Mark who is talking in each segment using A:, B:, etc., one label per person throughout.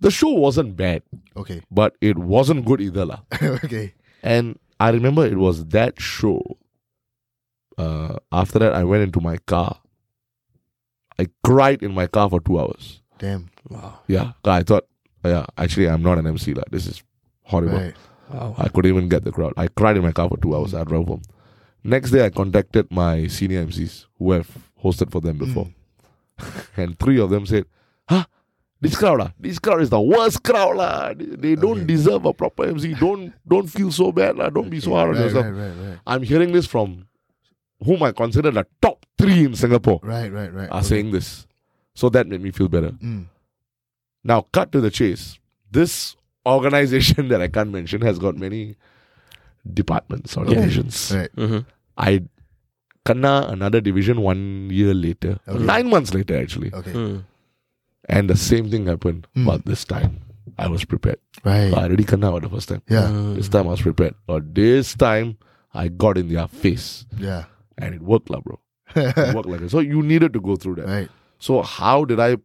A: The show wasn't bad,
B: Okay.
A: but it wasn't good either. lah.
B: okay.
A: And I remember it was that show. Uh, after that, I went into my car. I cried in my car for two hours.
B: Damn.
C: Wow.
A: Yeah, 'cause I thought, yeah, actually, I'm not an MC. Like, this is horrible.
B: Right.
C: Wow.
A: I couldn't even get the crowd. I cried in my car for two hours. I drove home. Next day, I contacted my senior MCs who have hosted for them before.
B: Hmm.
A: and three of them said, Huh? This crowd, lah, this crowd is the worst crowd. lah. They, they don't
B: Okay.
A: deserve a proper MC. Don't don't feel so bad. lah. Don't be so hard on
B: right,
A: yourself.
B: Right, right, right.
A: I'm hearing this from whom I consider the top three in Singapore
B: Right, right, right.
A: are saying this. So that made me feel better.
B: Mm.
A: Now, cut to the chase. This organization that I can't mention has got many departments or
B: Okay.
A: divisions.
B: Right.
C: Mm-hmm.
A: I kana another division one year later,
B: Okay.
A: nine months later actually,
B: Okay.
C: Mm.
A: and the same thing happened.
B: Mm.
A: But this time, I was prepared.
B: Right.
A: I already kana for the first time.
B: Yeah.
C: Mm.
A: This time I was prepared, but this time I got in their face,
B: Yeah.
A: and it worked, lah, bro. It worked like that. So you needed to go through that.
B: right.
A: So how did I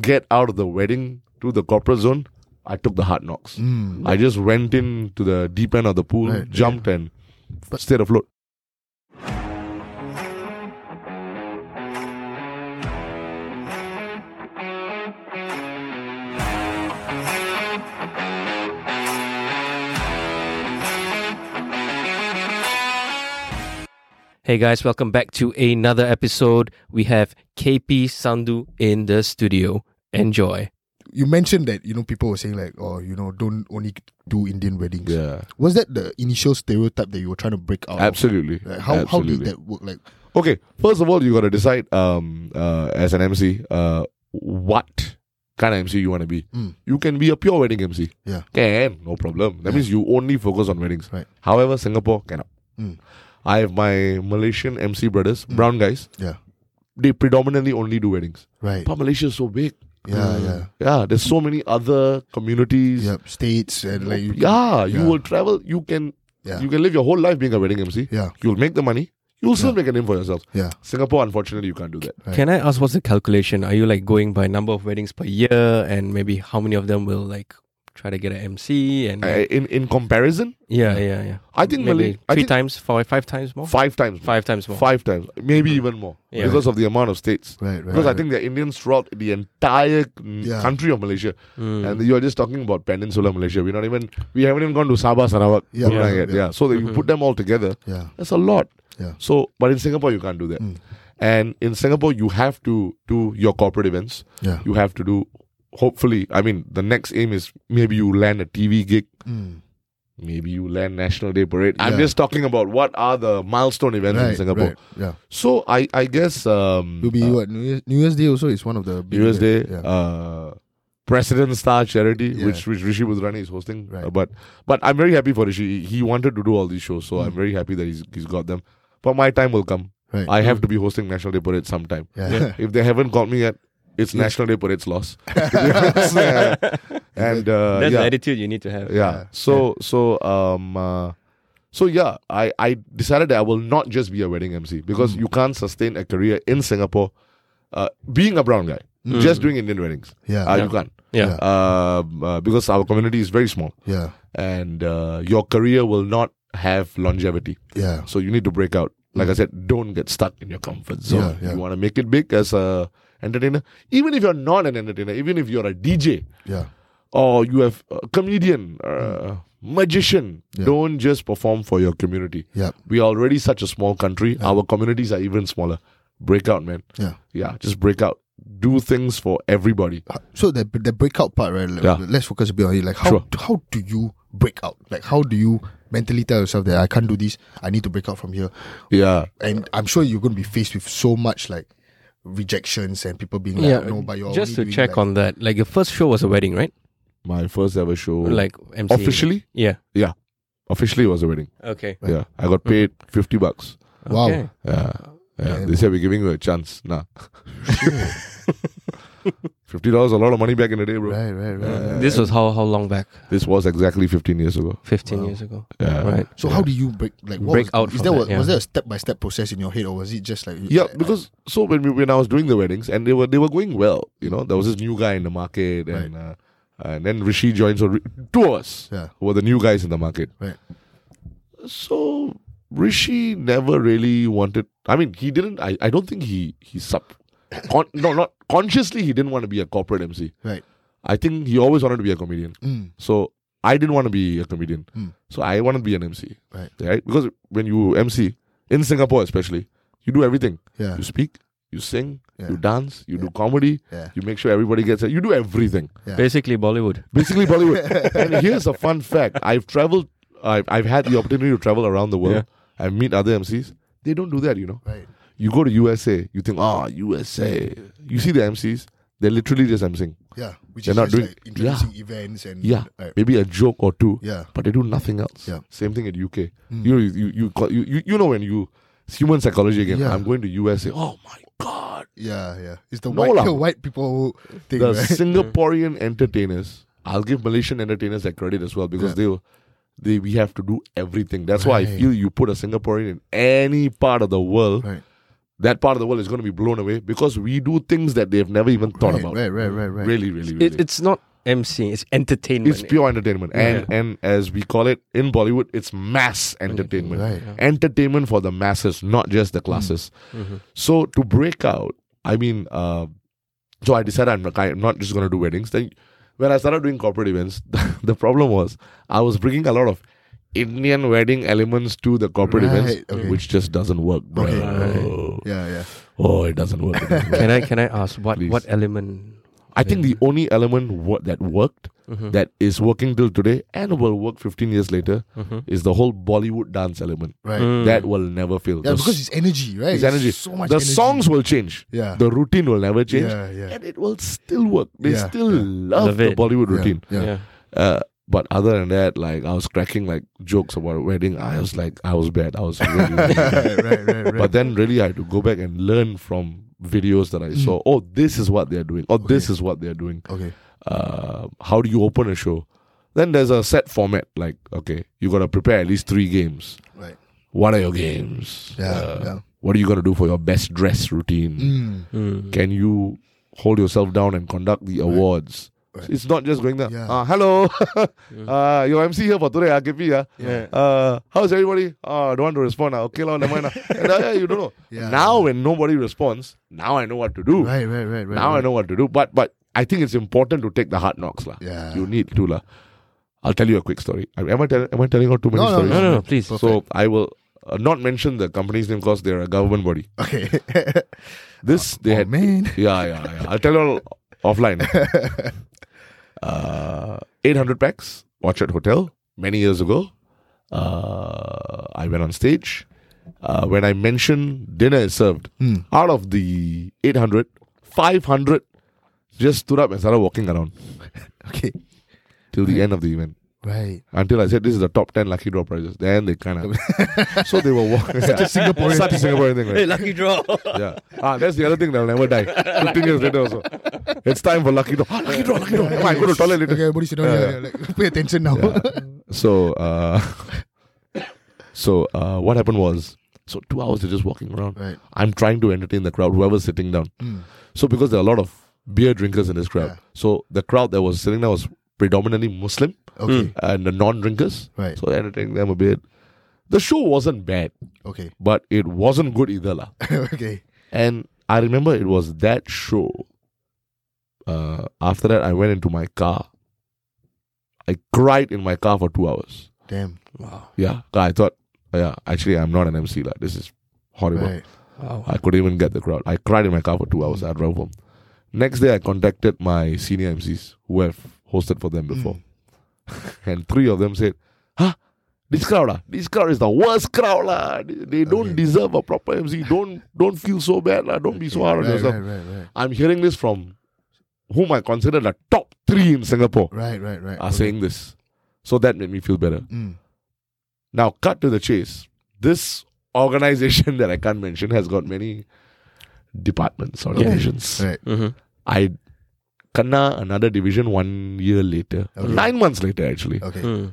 A: get out of the wedding to the corporate zone? I took the hard knocks.
B: Mm.
A: I just went in to the deep end of the pool,
B: Right,
A: jumped, and stayed afloat.
C: Hey guys, welcome back to another episode. We have KP Sandhu in the studio. Enjoy.
B: You mentioned that you know people were saying like, oh, you know, don't only do Indian weddings.
A: Yeah,
B: Was that the initial stereotype that you were trying to break out? of?
A: absolutely.
B: Like, Oh, how
A: absolutely.
B: how did that work? Like,
A: Okay, first of all, you got to decide um, uh, as an MC uh, what kind of MC you want to be.
B: Mm.
A: You can be a pure wedding MC.
B: Yeah.
A: Can, no problem. That
B: Yeah.
A: means you only focus on weddings.
B: Right.
A: However, Singapore cannot.
B: Mm.
A: I have my Malaysian MC brothers,
B: Mm.
A: brown guys.
B: Yeah.
A: They predominantly only do weddings.
B: right?
A: But Malaysia is so big.
B: Yeah, yeah.
A: Yeah, there's so many other communities.
B: Yep. States and like, you can-
A: Mm. yeah, you
B: yeah.
A: will travel. You can
B: yeah,
A: you can live your whole life being a wedding MC.
B: yeah,
A: You'll make the money. You'll still make a name for yourself.
B: yeah.
A: Singapore, unfortunately, you can't do that.
B: Right.
C: Can I ask what's the calculation? Are you like going by number of weddings per year and maybe how many of them will like try to get an MC and
A: Uh, in in comparison,
C: yeah, yeah, yeah.
A: I think
C: maybe
A: Malay-
C: three
A: I think-
C: times, five, five times more.
A: five times, more.
C: Five times more.
A: five times, maybe even more,
C: Yeah.
A: because of the amount of states.
B: Right, right.
A: Because I
B: Mm-hmm. right.
A: think there are Indians throughout the entire mm,
B: Yeah.
A: country of Malaysia,
C: Mm.
A: and uh, you're just talking about Peninsula Malaysia. We're not even we haven't even gone to Sabah, Sarawak,
B: Yeah.
A: Brunei
B: Yeah.
A: yet. Yeah, so that you
C: Mm-hmm.
A: put them all together,
B: yeah,
A: that's a lot.
B: Yeah.
A: So, but in Singapore, you can't do that.
B: Mm.
A: And in Singapore, you have to do your corporate events.
B: yeah.
A: You have to do. Hopefully, I mean, the next aim is maybe you land a TV gig.
B: Mm.
A: Maybe you land National Day Parade. I'm
B: Yeah.
A: just talking about what are the milestone events in
B: Right,
A: Singapore.
B: right, Yeah,
A: So I I guess um
B: will be
A: uh,
B: what New Year's, New Year's Day also is one of the big
A: US Day
B: Yeah.
A: uh President Star Charity,
B: Yeah.
A: which which Rishi Budrani is hosting.
B: Right.
A: Uh, but but I'm very happy for Rishi. He wanted to do all these shows, so I'm
B: Hmm.
A: very happy that he's he's got them. But my time will come.
B: right.
A: I have to be hosting National Day Parade sometime.
B: yeah.
A: If they haven't called me yet, it's National Day Parade's loss. To be honest, uh, and uh,
C: That's
A: yeah.
C: the attitude you need to have.
A: yeah.
B: Yeah.
A: So so um uh, so yeah, I I decided that I will not just be a wedding MC because
B: Hmm.
A: you can't sustain a career in Singapore uh, being a brown guy just doing Indian weddings.
B: Hmm. yeah,
A: Uh,
B: yeah,
A: You can't.
C: Yeah.
B: Yeah.
A: Um, uh, because our community is very small
B: yeah,
A: and uh, your career will not have longevity.
B: yeah,
A: So you need to break out. Like I said, don't get stuck in your comfort zone.
B: Mm. Yeah, yeah.
A: You want to make it big as a entertainer, even if you're not an entertainer, even if you're a DJ,
B: yeah,
A: or you have a comedian, uh, magician.
B: Mm. Yeah.
A: Don't just perform for your community.
B: yeah,
A: We are already such a small country. Our communities are even smaller. Break out, man.
B: yeah.
A: Yeah, just break out. Do things for everybody.
B: So the the breakout part, right? like,
A: Yeah.
B: Let's focus a bit on it. Like how
A: Sure.
B: how do you break out? Like how do you mentally tell yourself that I can't do this? I need to break out from here.
A: Yeah,
B: And I'm sure you're going to be faced with so much like rejections and people being like,
C: Yeah,
B: no, but you're
C: Just to
B: only doing,
C: check
B: like-
C: on that, like your first show was a wedding, right?
A: my first ever show.
C: Like MC.
A: Oh. officially,
C: Yeah.
A: officially it was a wedding.
C: Okay.
A: Yeah, I got paid fifty bucks.
B: Wow.
C: Okay.
A: Yeah, yeah.
B: Damn.
A: They said we're giving you a chance. Nah, fifty dollars a lot of money back in the day, bro.
B: Right, right, right. right.
C: This was how how long back?
A: This was exactly fifteen years ago.
C: Fifteen
B: Wow.
C: years ago.
A: Yeah.
C: Right.
B: So how do you break like what
C: Break
B: was,
C: out
B: Is
C: from
B: there
C: that,
B: was, was
C: yeah.
B: there a step by step process in your head, or was it just like
A: Yeah, because so when we when I was doing the weddings and they were they were going well, you know, there was this new guy in the market and uh, And then Rishi joins or two of us
B: Yeah.
A: who are the new guys in the market.
B: Right.
A: So Rishi never really wanted. I mean, he didn't. I, I don't think he he sub. Con, no, not consciously. He didn't want to be a corporate MC.
B: Right.
A: I think he always wanted to be a comedian.
B: Mm.
A: So I didn't want to be a comedian.
B: Mm.
A: So I wanted to be an MC.
B: Right.
A: Right. Because when you MC in Singapore, especially, you do everything.
B: Yeah.
A: You speak. You sing.
B: Yeah.
A: You dance. You do comedy.
B: Yeah.
A: You make sure everybody gets it. You do everything.
B: Yeah.
C: Basically, Bollywood.
A: Basically Bollywood. and here's a fun fact: I've traveled. I've I've had the opportunity to travel around the world and meet other MCs. They don't do that, you know.
B: Right.
A: You go to USA, you think, ah, USA. You see the MCs, they're literally just MCing.
B: Yeah. Which
A: They're
B: is
A: not
B: just
A: doing-
B: like introducing events and
A: Yeah,
B: Right.
A: maybe a joke or two,
B: Yeah.
A: but they do nothing else.
B: Yeah.
A: Same thing at UK.
B: Mm.
A: You, you you co- you you you know when you it's human psychology again.
B: Yeah.
A: I'm going to USA. Oh my god,
B: Yeah, yeah. It's the
A: No
B: white
A: lah.
B: the white people thing,
A: the
B: right?
A: Singaporean entertainers. I'll give Malaysian entertainers that credit as well because
B: Yeah.
A: they were- they we have to do everything. That's why I
B: Right.
A: feel you put a Singaporean in any part of the world,
B: Right.
A: that part of the world is going to be blown away because we do things that they've never even thought
B: right,
A: about.
B: right, right, right, right.
A: Really, really, really.
C: It, it's not MC. It's entertainment.
A: it's pure entertainment, and
C: Yeah.
A: and as we call it in Bollywood, it's mass entertainment.
B: Right.
A: Entertainment for the masses, not just the classes.
C: Mhm.
A: So to break out, I mean, uh, so I decided I'm, like, I'm not just going to do weddings. Then when I started doing corporate events, the, problem was I was bringing a lot of Indian wedding elements to the corporate events,
B: Right, okay.
A: which just doesn't work, bro.
B: Okay.
C: Right.
B: Yeah, yeah.
A: Oh, it doesn't work. It doesn't work.
C: Can I can I ask what
A: Please.
C: what element?
A: I think the only element wo- that worked,
C: Mhm.
A: that is working till today and will work 15 years later,
C: Mhm.
A: is the whole Bollywood dance element.
B: Right.
C: Mm.
A: That will never fail.
B: Yeah,
A: The
B: because it's energy, right?
A: It's energy.
B: So much
A: the
B: energy.
A: songs will change.
B: Yeah.
A: The routine will never change.
B: Yeah, yeah.
A: And it will still work. They
B: Yeah,
A: still
B: yeah.
A: love,
C: Love
A: the
C: it.
A: Bollywood
B: yeah,
A: routine.
B: Yeah.
C: yeah.
A: Uh, but other than that, like I was cracking like jokes about a wedding. I was like, I was bad. I was really, really bad.
B: right, right, right, right.
A: But then really I had to go back and learn from videos that I
B: Mm.
A: saw. Oh, this is what they're doing. Oh, this is what they're doing.
B: okay.
A: Uh, how do you open a show? Then there's a set format. Like, okay, you got to prepare at least three games.
B: Right.
A: What are your games?
B: Yeah,
A: Uh,
B: yeah.
A: What are you going to do for your best dress routine?
B: Mm.
C: Mm.
A: Can you hold yourself down and conduct the awards?
B: Right.
A: It's not just going there.
B: Yeah.
A: Uh, hello, uh, your MC here for today. I can be here.
C: Yeah.
A: ah. Uh, how's everybody? Uh, don't want to respond. Ah, Okay, lah, never mind. lah. And, uh, yeah, you don't know.
B: Yeah.
A: Now, when nobody responds, now I know what to do.
B: Right, right, right, right.
A: now I
B: right.
A: know what to do. But but I think it's important to take the hard knocks, lah.
B: Yeah.
A: You need to, lah. I'll tell you a quick story. I- Am I, tell, am I telling out too many
B: No, no,
A: stories?
C: No, no, no. Please.
B: Perfect.
A: So I will uh, not mention the company's name because they're a government body.
B: Okay.
A: This they
B: oh,
A: had
B: man.
A: yeah, yeah, yeah. I'll tell you all offline. Uh, 800 packs, Orchard Hotel, many years ago. Uh, I went on stage. Uh, when I mentioned dinner is served,
B: Hmm.
A: out of the 800, 500 just stood up and started walking around
B: Okay.
A: till the end of the event.
B: Right.
A: Until I said, this is the top 10 lucky draw prizes. Then they kind of. so they were walking. Such a Singaporean, Such a Singaporean thing, right?
C: lucky draw.
A: Yeah. Ah, that's the other thing that'll never die. 15 years later also. It's time for lucky draw. Ah, lucky draw, lucky draw. Come on, go to toilet later.
B: Okay, everybody sit down here.
A: Yeah.
B: Like, pay attention now.
A: So, uh, so uh, what happened was, so two hours they're just walking around.
B: Right.
A: I'm trying to entertain the crowd, whoever's sitting down.
B: Mm.
A: So because there are a lot of beer drinkers in this crowd,
B: Yeah.
A: so the crowd that was sitting down was predominantly Muslim
B: Okay.
A: and the non-drinkers.
B: Right.
A: So entertaining them a bit. The show wasn't bad,
B: Okay.
A: but it wasn't good either, lah.
B: okay.
A: And I remember it was that show. Uh, after that, I went into my car. I cried in my car for two hours.
B: Damn.
C: wow.
A: Yeah, I thought, yeah, actually, I'm not an MC. Like, this is horrible.
B: Right. Mm.
C: Wow.
A: I couldn't even get the crowd. I cried in my car for two hours. I drove home. Next day, I contacted my senior MCs who have hosted for
B: Mm.
A: them before. and three of them said, huh? This crowd, lah, this crowd is the worst crowd. lah. They- They don't
B: Okay.
A: deserve a proper MC. Don't don't feel so bad. lah. Don't be so hard on
B: right,
A: yourself.
B: right, right, right.
A: I'm hearing this from whom I consider the top three in Singapore
B: Right, right, right.
A: are saying this. So that made me feel better.
B: Mm.
A: Now, cut to the chase. This organization that I can't mention has got many departments or
C: Okay.
A: divisions.
B: Right.
C: Mm-hmm.
A: I kana another division one year later,
B: Okay.
A: nine months later actually,
B: Okay.
C: Mm.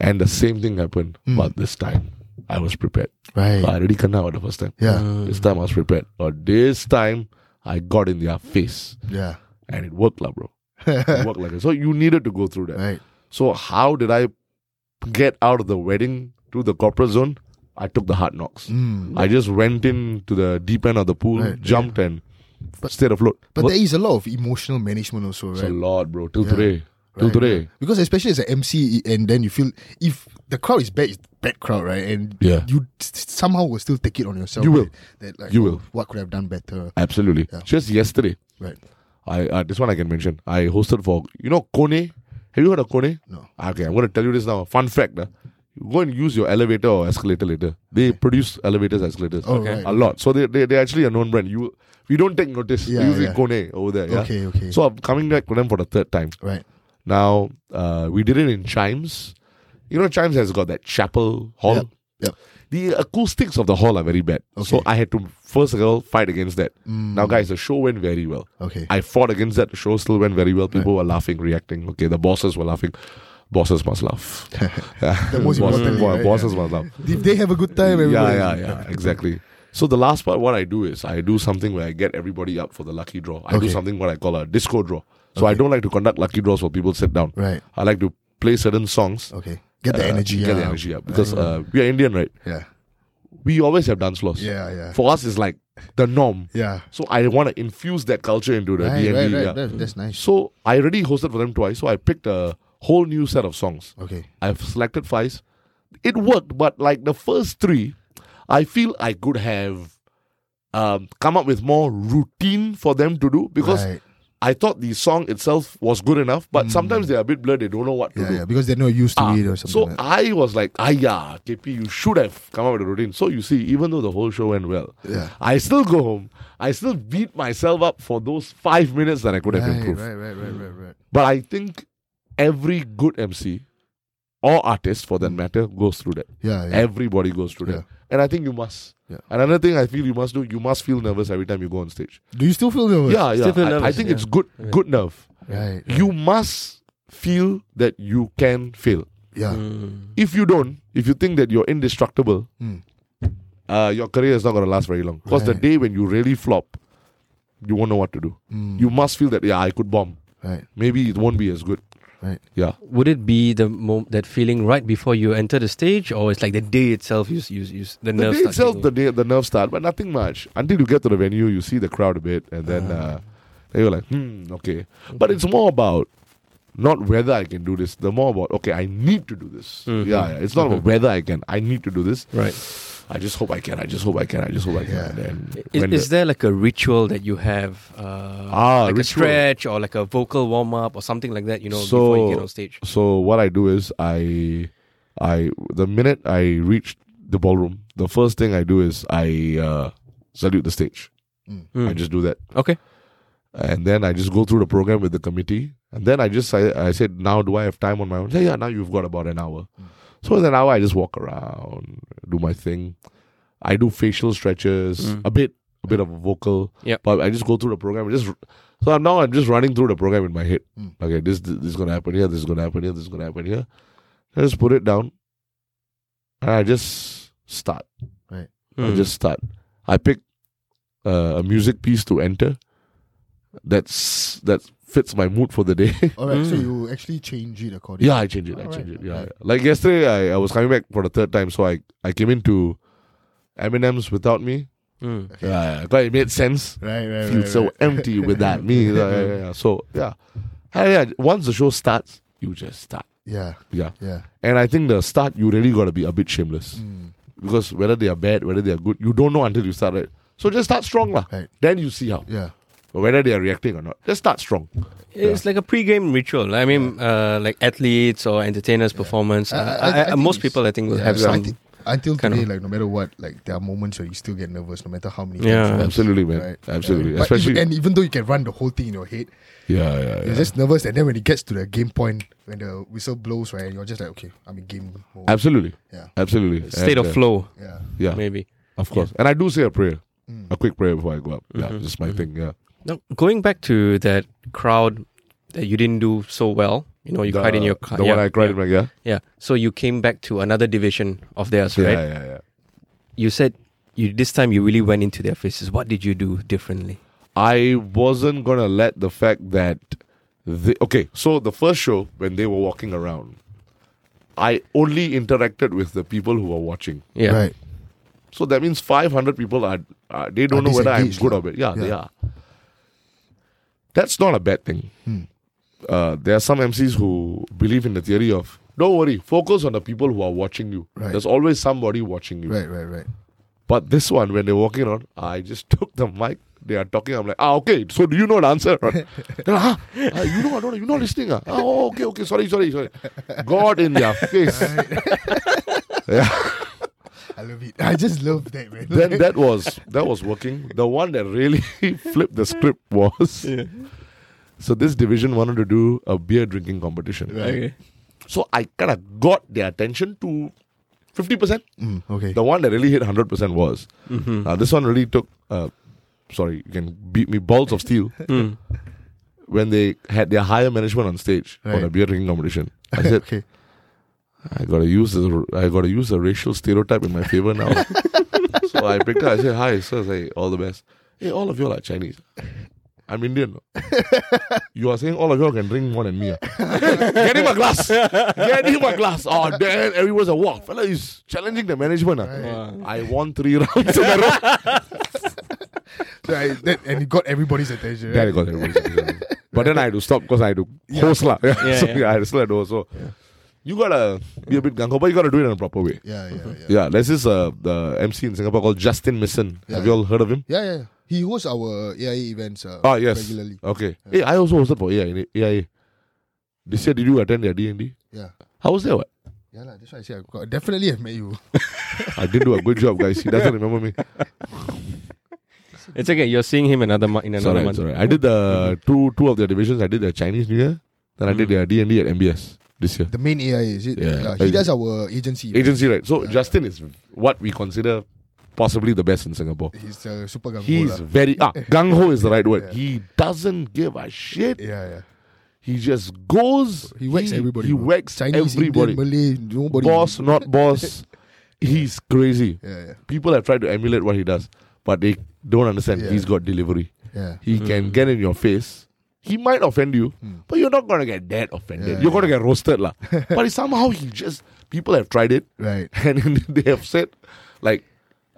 A: and the same thing happened.
B: Mm.
A: But this time, I was prepared.
B: Right.
A: I already kana for the first time.
B: yeah.
A: This time I was prepared, but this time I got in their face,
B: Yeah.
A: and it worked, lah, bro. to work like that. So you needed to go through that.
B: right.
A: So how did I get out of the wedding to the corporate zone? I took the hard knocks.
B: Mm.
A: I just went in to the deep end of the pool,
B: Right,
A: jumped, and
B: But-
A: stayed afloat.
B: But
A: Wo-
B: there is a lot of emotional management also,
A: it's
B: right?
A: a lot, bro. Till
B: Yeah.
A: today, till
B: Right.
A: today,
B: Because especially as an MC, and then you feel if the crowd is bad, it's bad crowd, right? And
A: Yeah.
B: you s- somehow will still take it on yourself.
A: You
B: right?
A: will.
B: That like,
A: You
B: oh,
A: will.
B: What could I have done better?
A: absolutely.
B: Yeah.
A: Just yesterday,
B: Right.
A: I uh, this one I can mention. I hosted for you know Kone. Have you heard of Kone?
B: No.
A: Okay, I'm gonna tell you this now. Fun fact: uh, you go and use your elevator or escalator later. They produce elevators, escalators.
B: Oh,
C: Okay.
B: right.
A: a lot. So they they they actually a known brand. You we don't take notice.
B: Yeah,
A: Usually
B: yeah.
A: Kone over there. Yeah?
B: Okay. Okay.
A: So I'm coming back to them for the third time.
B: right.
A: Now uh, we did it in Chimes. You know, Chimes has got that chapel hall.
B: Yep, yep.
A: The acoustics of the hall are very bad. So
B: Okay.
A: I had to first of all fight against that.
B: Mm,
A: Now, guys, the show went very well.
B: Okay.
A: I fought against that. The show still went very well. People were laughing, reacting. Okay, the bosses were laughing. Bosses must laugh.
B: The most
A: Boss-
B: importantly,
A: bo-
B: right?
A: bosses must laugh.
B: If they have a good time, everybody.
A: Yeah, yeah, yeah. Exactly. So the last part, what I do is I do something where I get everybody up for the lucky draw. I do
B: Okay.
A: something what I call a disco draw. So I don't like to conduct lucky draws where people sit down.
B: Right.
A: I like to play certain songs.
B: Okay. Get the
A: uh,
B: Oh, energy.
A: Get
B: yeah.
A: the energy up because uh, we are Indian, right?
B: Yeah.
A: We always have dance floors.
B: Yeah. Yeah.
A: For us, it's like the norm.
B: Yeah.
A: So I want to infuse that culture into the
B: Right,
A: D&D.
B: right, right.
A: yeah.
B: That- that's nice.
A: So I already hosted for them twice. So I picked a whole new set of songs.
B: Okay.
A: I've selected five. It worked, but like the first three, I feel I could have um, come up with more routine for them to do because
B: right. Mm.
A: I thought the song itself was good enough. But sometimes they're a bit blurred; they don't know what to
B: yeah,
A: do.
B: yeah, because they're not used to
A: Ah,
B: it or something.
A: so
B: like that.
A: I was like, "Ah, yeah, KP, you should have come up with a routine." So you see, even though the whole show went well,
B: yeah.
A: I still go home. I still beat myself up for those five minutes that I could have
B: Right,
A: improved.
B: right, right, right, right, right.
A: But I think every good MC or artist for that matter goes through that.
B: Hmm. Yeah, yeah.
A: Everybody goes through that. And I think you must.
B: Yeah.
A: And Another thing I feel you must do, you must feel nervous every time you go on stage.
B: Do you still feel nervous?
A: yeah, yeah.
C: still feel
A: I- I,
C: nervous,
A: think
C: yeah.
A: it's good
C: Yeah.
A: good nerve.
B: Right.
A: You must feel that you can fail.
B: Yeah.
C: Mm.
A: If you don't, if you think that you're indestructible,
B: Mm.
A: uh, your career is not gonna last very long. Because the
B: Right.
A: day when you really flop, you won't know what to do.
B: Mm.
A: You must feel that yeah, I could bomb.
B: Right.
A: Maybe it won't be as good.
B: Right.
A: Yeah.
C: Would it be the mo- that feeling right before you enter the stage, or it's like the day itself? You s- you, s- you s- the
A: The
C: nerves.
A: day
C: start
A: itself, the
C: kicking
A: day, the nerve start, but nothing much. Until you get to the venue, you see the crowd a bit, and then
C: Ah.
A: uh, then you're like, hmm, okay. But it's more about not whether I can do this. The more about okay, I need to do this.
C: Mhm.
A: Yeah, yeah, it's not about whether I can. I need to do this.
C: in. right.
A: I just hope I can. I just hope I can. I just hope I can.
B: Yeah.
A: And then
C: Is,
A: when
C: is
A: the-
C: there like a ritual that you have, uh,
A: Ah,
C: like a
A: ritual.
C: stretch or like a vocal warm up or something like that? You know,
A: So-
C: before you get on stage.
A: so what I do is I, I the minute I reach the ballroom, the first thing I do is I uh, salute the stage. I
C: Mm.
A: just do that.
C: okay.
A: and then I just go through the program with the committee, and then I just I, I said, now do I have time on my own? Yeah, yeah. Now you've got about an hour.
C: Mm.
A: So in an hour, I just walk around, do my thing. I do facial stretches,
C: Mm.
A: a bit, a bit of vocal.
C: Yep.
A: But I just go through the program. and Just so I'm now I'm just running through the program in my head.
B: Mm.
A: Okay, this this is gonna happen here. This is gonna happen here. This is gonna happen here. I just put it down, and I just start. I
B: Hmm.
C: Mm.
A: just start. I pick uh, a music piece to enter. That's that fits my mood for the day.
B: All right. So
C: Mm.
B: you actually change it according.
A: yeah, I change it. I
B: Alright,
A: change it. Yeah,
B: alright.
A: yeah. like yesterday, I, I was coming back for the third time, so I I came into Eminem's without me.
C: Mm.
B: Okay.
A: Yeah, yeah, but it made sense.
B: Right. Right.
A: Feel
B: right,
A: so
B: right. Mm.
A: empty without me. Yeah, yeah, yeah. So yeah, Ah, yeah. Once the show starts, you just start.
B: Yeah.
A: Yeah,
B: Yeah.
A: and I think the start you really got to be a bit shameless.
B: Mm.
A: because whether they are bad, whether they are good, you don't know until you start it. So just start strong, lah.
B: Right.
A: Then you see how
B: Yeah.
A: whether they are reacting or not. Just start strong.
C: It's like a pre-game ritual. I mean, uh, like athletes or entertainers' performance.
B: I-
C: Uh,
B: I- I
C: I- I-
B: think
C: most
B: it's-
C: people, I think, will
B: yeah,
C: have
B: so I
C: some.
B: think Until
C: kind
B: today,
C: of-
B: like no matter what, like there are moments where you still get nervous, no matter how many.
C: Yeah.
B: times you-
A: Absolutely, man.
B: Right.
A: Absolutely.
B: But
A: Especially.
B: even, and even though you can run the whole thing in your head,
A: yeah, yeah, yeah.
B: you're just nervous. And then when it gets to the game point, when the whistle blows, right, you're just like, okay, I'm in game mode.
A: absolutely.
B: Yeah.
A: Absolutely.
C: State
A: And,
C: of
A: uh,
C: flow,
B: yeah.
A: Yeah,
C: maybe.
A: of course. And I do say a prayer,
B: Mm.
A: a quick prayer before I go up. Yeah,
C: Mhm.
A: just my
C: Mhm.
A: thing. Yeah.
C: Now, going back to that crowd that you didn't do so well, you know, you
A: The-
C: cried in your car.
A: The
C: yeah,
A: one I cried
C: yeah,
A: in my yeah.
C: yeah. So you came back to another division of theirs,
A: Yeah,
C: right?
A: yeah, yeah.
C: You said you this time you really went into their faces. What did you do differently?
A: I wasn't gonna let the fact that They, okay, so the first show when they were walking around, I only interacted with the people who were watching.
C: Yeah.
B: Right.
A: So that means 500 people are, are they don't
B: Are
A: know whether I'm
B: disengaged,
A: good
B: lah.
A: or bad. Yeah, they
B: Yeah.
A: are. That's not a bad thing.
B: Mm.
A: Uh, there are some MCs who believe in the theory of don't worry, focus on the people who are watching you.
B: Right.
A: There's always somebody watching you.
B: Right. Right. Right.
A: But this one, when they're walking around, I just took the mic. They are talking. I'm like, ah, okay. So do you know the answer? They're like, huh? Ah, you know, I don't know. You're not listening. Ah, Ah, oh, okay, okay. Sorry, sorry, sorry. God in their face.
B: I love it. I just love that man.
A: then that was that was working. The one that really flipped the script was. So this division wanted to do a beer drinking competition.
C: Okay.
A: So I kind of got their attention to fifty percent.
B: Mm, okay.
A: The one that really hit hundred percent was.
C: Mm-hmm.
A: Uh, this one really took. Uh, sorry, you can beat me balls of steel.
C: Mm.
A: when they had their higher management on stage on
B: Right.
A: a beer drinking competition. I said,
B: okay.
A: I gotta use the I gotta use the racial stereotype in my favor now. so I picked up. I said, "Hi, sir. Say all the best. Hey, all of you all are Chinese. I'm Indian. you are saying all of you all can drink more than me. ah." Get him a glass. Get him a glass. Oh, then everyone's a walk. Fella is challenging the management. ah.
B: Right.
A: I won three rounds in a row.
B: So I, that, and it got everybody's attention.
A: Then I
B: Right?
A: got everybody's attention. But then I had to stop because I had to host lah.
C: Yeah,
A: so
C: yeah.
A: I had to still had to host. So you gotta be a bit gung ho, but you gotta do it in a proper way.
B: Yeah, yeah, yeah.
A: Yeah, there's this uh, the MC in Singapore called Justin Misson.
B: Yeah.
A: Have you all heard of him?
B: Yeah, yeah. yeah. He hosts our AIA events uh,
A: Ah, yes.
B: regularly.
A: Okay. Hey, I also hosted for AIA. AIA. This year, did you attend their D&D?
B: Yeah.
A: How was that? What?
B: Yeah, lah. that's why I say I got, definitely have met you.
A: I didn't do a good job, guys. He doesn't remember me.
C: It's okay. You're seeing him another month in
A: It's
C: another
A: alright.
C: month.
A: it's alright. I did the two two of their divisions. I did their Chinese New Year. Then I did
B: Mm-hmm.
C: Mm.
A: their D&D at MBS this year.
B: The main AIA, is it?
A: Yeah.
B: he does our agency. event.
A: Agency, right? So Justin is what we consider possibly the best in Singapore.
B: He's uh, super gung
A: He's very ah gung ho is the right word.
B: Yeah.
A: He doesn't give a shit.
B: Yeah, yeah.
A: He just goes.
B: He whacks everybody.
A: He
B: bro.
A: whacks
B: Chinese,
A: everybody.
B: Indian, Malay, nobody.
A: boss, not boss. He's crazy.
B: Yeah, yeah,
A: People have tried to emulate what he does, but they don't understand.
B: Yeah.
A: He's got delivery.
B: yeah.
A: He can get in your face. He might offend you,
B: Mm.
A: but you're not gonna get that offended.
B: Yeah,
A: you're gonna get roasted, lah. but he- somehow he just people have tried it
B: Right.
A: and then they have said, like,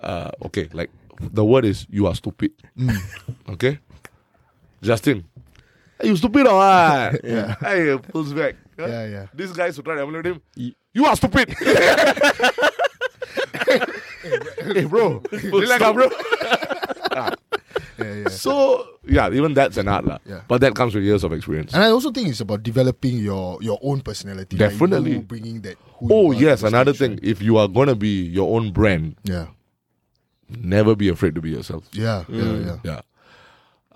A: uh, okay, like the word is you are stupid.
B: Mm.
A: Okay, Justin, "Hey, you stupid or what?
B: Yeah.
A: Hey, pulls back.
B: Yeah, yeah.
A: These guys who try to emulate him,
C: Ye-
A: you are stupid. hey, bro. Relax, ah, bro.
B: Yeah, yeah.
A: So, yeah, even that's an art. lah.
B: Yeah. Ah.
A: But that comes with years of experience.
B: And I also think it's about developing your your own personality. like you
A: Definitely.
B: bringing that. who you
A: Oh,
B: are to
A: yes,
B: the
A: another thing.
B: stage,
A: If you are going to be your own brand,
B: right? Yeah.
A: never be afraid to be yourself.
B: Yeah, yeah, yeah.
A: Yeah.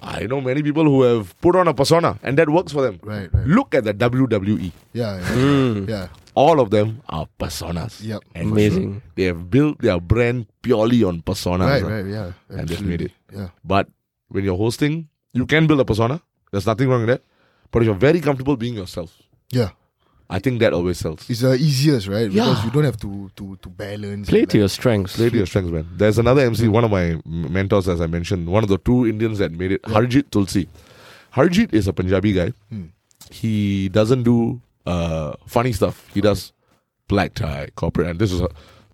A: I know many people who have put on a persona and that works for them.
B: Right, right.
A: Look at the E. WWE.
B: Yeah, yeah.
A: Mm.
B: yeah.
A: All of them are personas.
B: Yep.
A: And
C: Amazing.
A: They have built their brand purely on personas.
B: Right,
A: ah.
B: right, yeah.
A: And just made it.
B: Yeah.
A: But when you're hosting, you can build a persona. There's nothing wrong with that. But if you're very comfortable being yourself,
B: Yeah.
A: I think that always sells.
B: It's the easiest, right?
A: Yeah.
B: Because you don't have to to to balance.
C: Play
B: and
C: to
B: like-
C: your strengths.
A: Play to your strengths, man. There's another MC, one of my m- mentors, as I mentioned, one of the two Indians that made it, Harjit Tulsi. Harjit is a Punjabi guy.
B: Hmm.
A: He doesn't do uh, funny stuff. He does black tie, corporate, and this is how,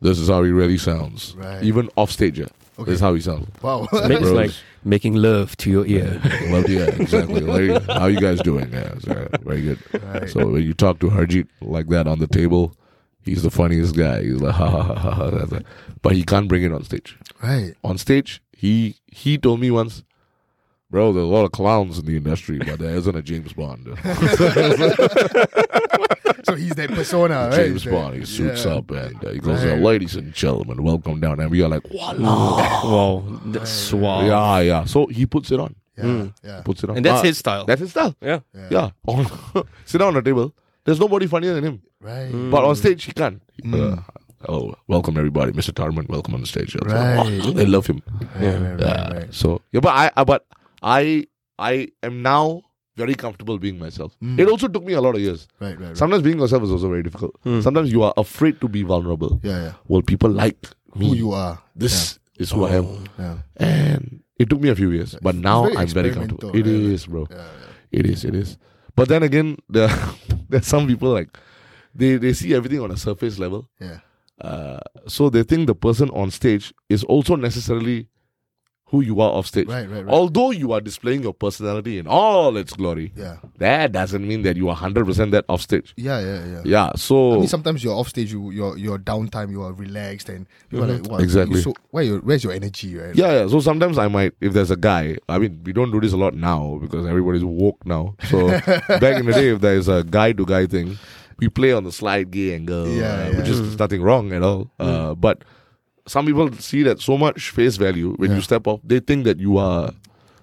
A: this is how he really sounds.
B: Right.
A: Even off stage, yeah.
B: Okay.
A: this is how he sounds.
B: Wow.
C: Makes
A: Bros.
C: like making love to your ear.
A: well, yeah, exactly. Like, how you guys doing? Yeah, so, very good.
B: Right.
A: So when you talk to Harjit like that on the table, he's the funniest guy. He's like, ha ha ha ha, ha. That's it. But he can't bring it on stage.
B: right.
A: On stage, he he told me once, bro, there's a lot of clowns in the industry, but there isn't a James Bond.
B: So he's that persona, right?
A: James
B: That-
A: Bond, he suits
B: yeah.
A: up and uh, he goes,
B: Right.
A: ladies and gentlemen, welcome down. And we are like, voila.
C: wow. That's suave.
A: Yeah, yeah. So he puts it on.
B: Yeah.
C: Mm.
B: yeah.
A: Puts it on.
C: And that's
A: Ah,
C: his style.
A: That's his style.
C: yeah.
A: Yeah. Sit down on the table. There's nobody funnier than him.
B: Right.
A: But
C: Hmm.
A: on stage, he can't.
B: Mm.
A: Mm. Uh, oh, welcome everybody, Mr. Tarman. Welcome on the stage. That's
B: Right.
A: all. they love him.
B: Right, right, right,
A: Yeah.
B: right.
A: So yeah, but I, I but I I am now very comfortable being myself.
B: Mm.
A: It also took me a lot of years.
B: Right, right, right.
A: Sometimes being yourself is also very difficult.
C: Mm.
A: Sometimes you are afraid to be vulnerable.
B: yeah, yeah.
A: Well, people like me.
B: Who you are.
A: This is who I am,
B: Yeah.
A: and it took me a few years, but now
B: very
A: I'm Oh. very comfortable. It
B: experimental, right?
A: is, bro.
B: Yeah, yeah.
A: It is. It is. But then again, there there's some people like they they see everything on a surface level.
B: Yeah.
A: Uh, so they think the person on stage is also necessarily who you are off stage.
B: Right, right, right.
A: Although you are displaying your personality in all its glory,
B: yeah.
A: that doesn't mean that you are hundred percent that off stage.
B: Yeah, yeah, yeah.
A: Yeah. Oh. So
B: I mean, sometimes you're off stage, you you're you're downtime, you are relaxed, and you're
A: Mhm.
B: like, what?
A: Exactly.
B: you So, where your where's your energy, right?
A: Yeah, yeah. So sometimes I might, if there's a guy, I mean, we don't do this a lot now because everybody's woke now. So back in the day, if there's a guy to guy thing, we play on the slide gay angle,
B: Yeah,
A: uh,
B: yeah. Hmm.
A: which is nothing wrong at all. Uh, but some people see that so much face value when you
B: Yeah.
A: step off, they think that you are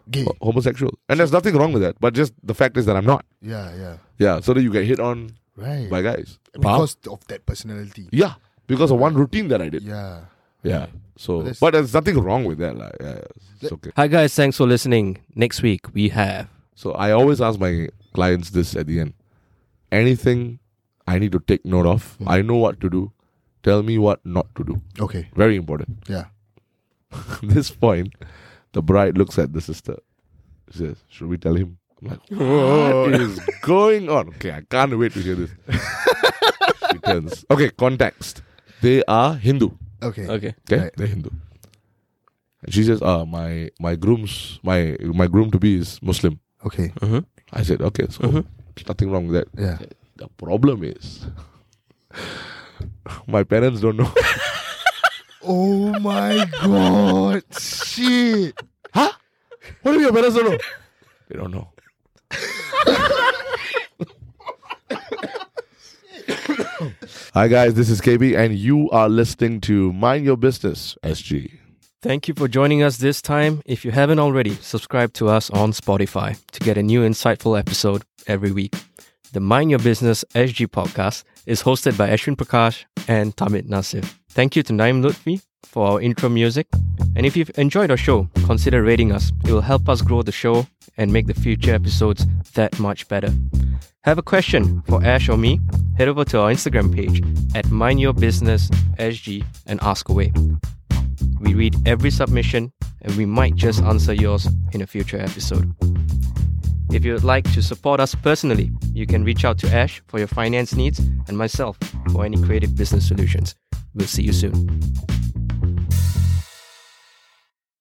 B: Gay.
A: ho- homosexual. And there's nothing wrong with that. But just the fact is that I'm not.
B: Yeah, yeah.
A: Yeah. So that you get hit on
B: Right.
A: by guys.
B: because of that personality.
A: Yeah. Because of one routine that I did.
B: Yeah.
A: Yeah. So,
B: That's-
A: but there's nothing wrong with that. Like, yeah, it's
B: That-
A: okay.
C: Hi guys, thanks for listening. Next week we have
A: So I always ask my clients this at the end. Anything I need to take note of, I know what to do. Tell me what not to do.
B: Okay.
A: Very important.
B: Yeah.
A: At this point, the bride looks at the sister. She says, Should we tell him? I'm like, What is going on? Okay, I can't wait to hear this. she turns. Okay, context. They are Hindu.
B: Okay.
C: okay.
A: Okay,
B: Right.
A: they're Hindu. And she says, uh, my my groom's my my groom to be is Muslim.
B: Okay.
C: Mm-hmm.
A: I said, Okay, so nothing wrong with that.
B: Yeah.
A: The problem is, my parents don't know.
B: Oh my god. Shit.
A: huh? What do you mean your parents don't know? They don't know. Hi guys, this is KB, and you are listening to Mind Your Business SG.
C: Thank you for joining us this time. If you haven't already, subscribe to us on Spotify to get a new insightful episode every week. The Mind Your Business SG podcast is hosted by Ashwin Prakash and Tamit Nasif. Thank you to Naim Lutfi for our intro music. And if you've enjoyed our show, consider rating us. It will help us grow the show and make the future episodes that much better. Have a question for Ash or me? Head over to our Instagram page at Mind Your Business SG and ask away. We read every submission and we might just answer yours in a future episode. If you would like to support us personally, you can reach out to Ash for your finance needs and myself for any creative business solutions. We'll see you soon.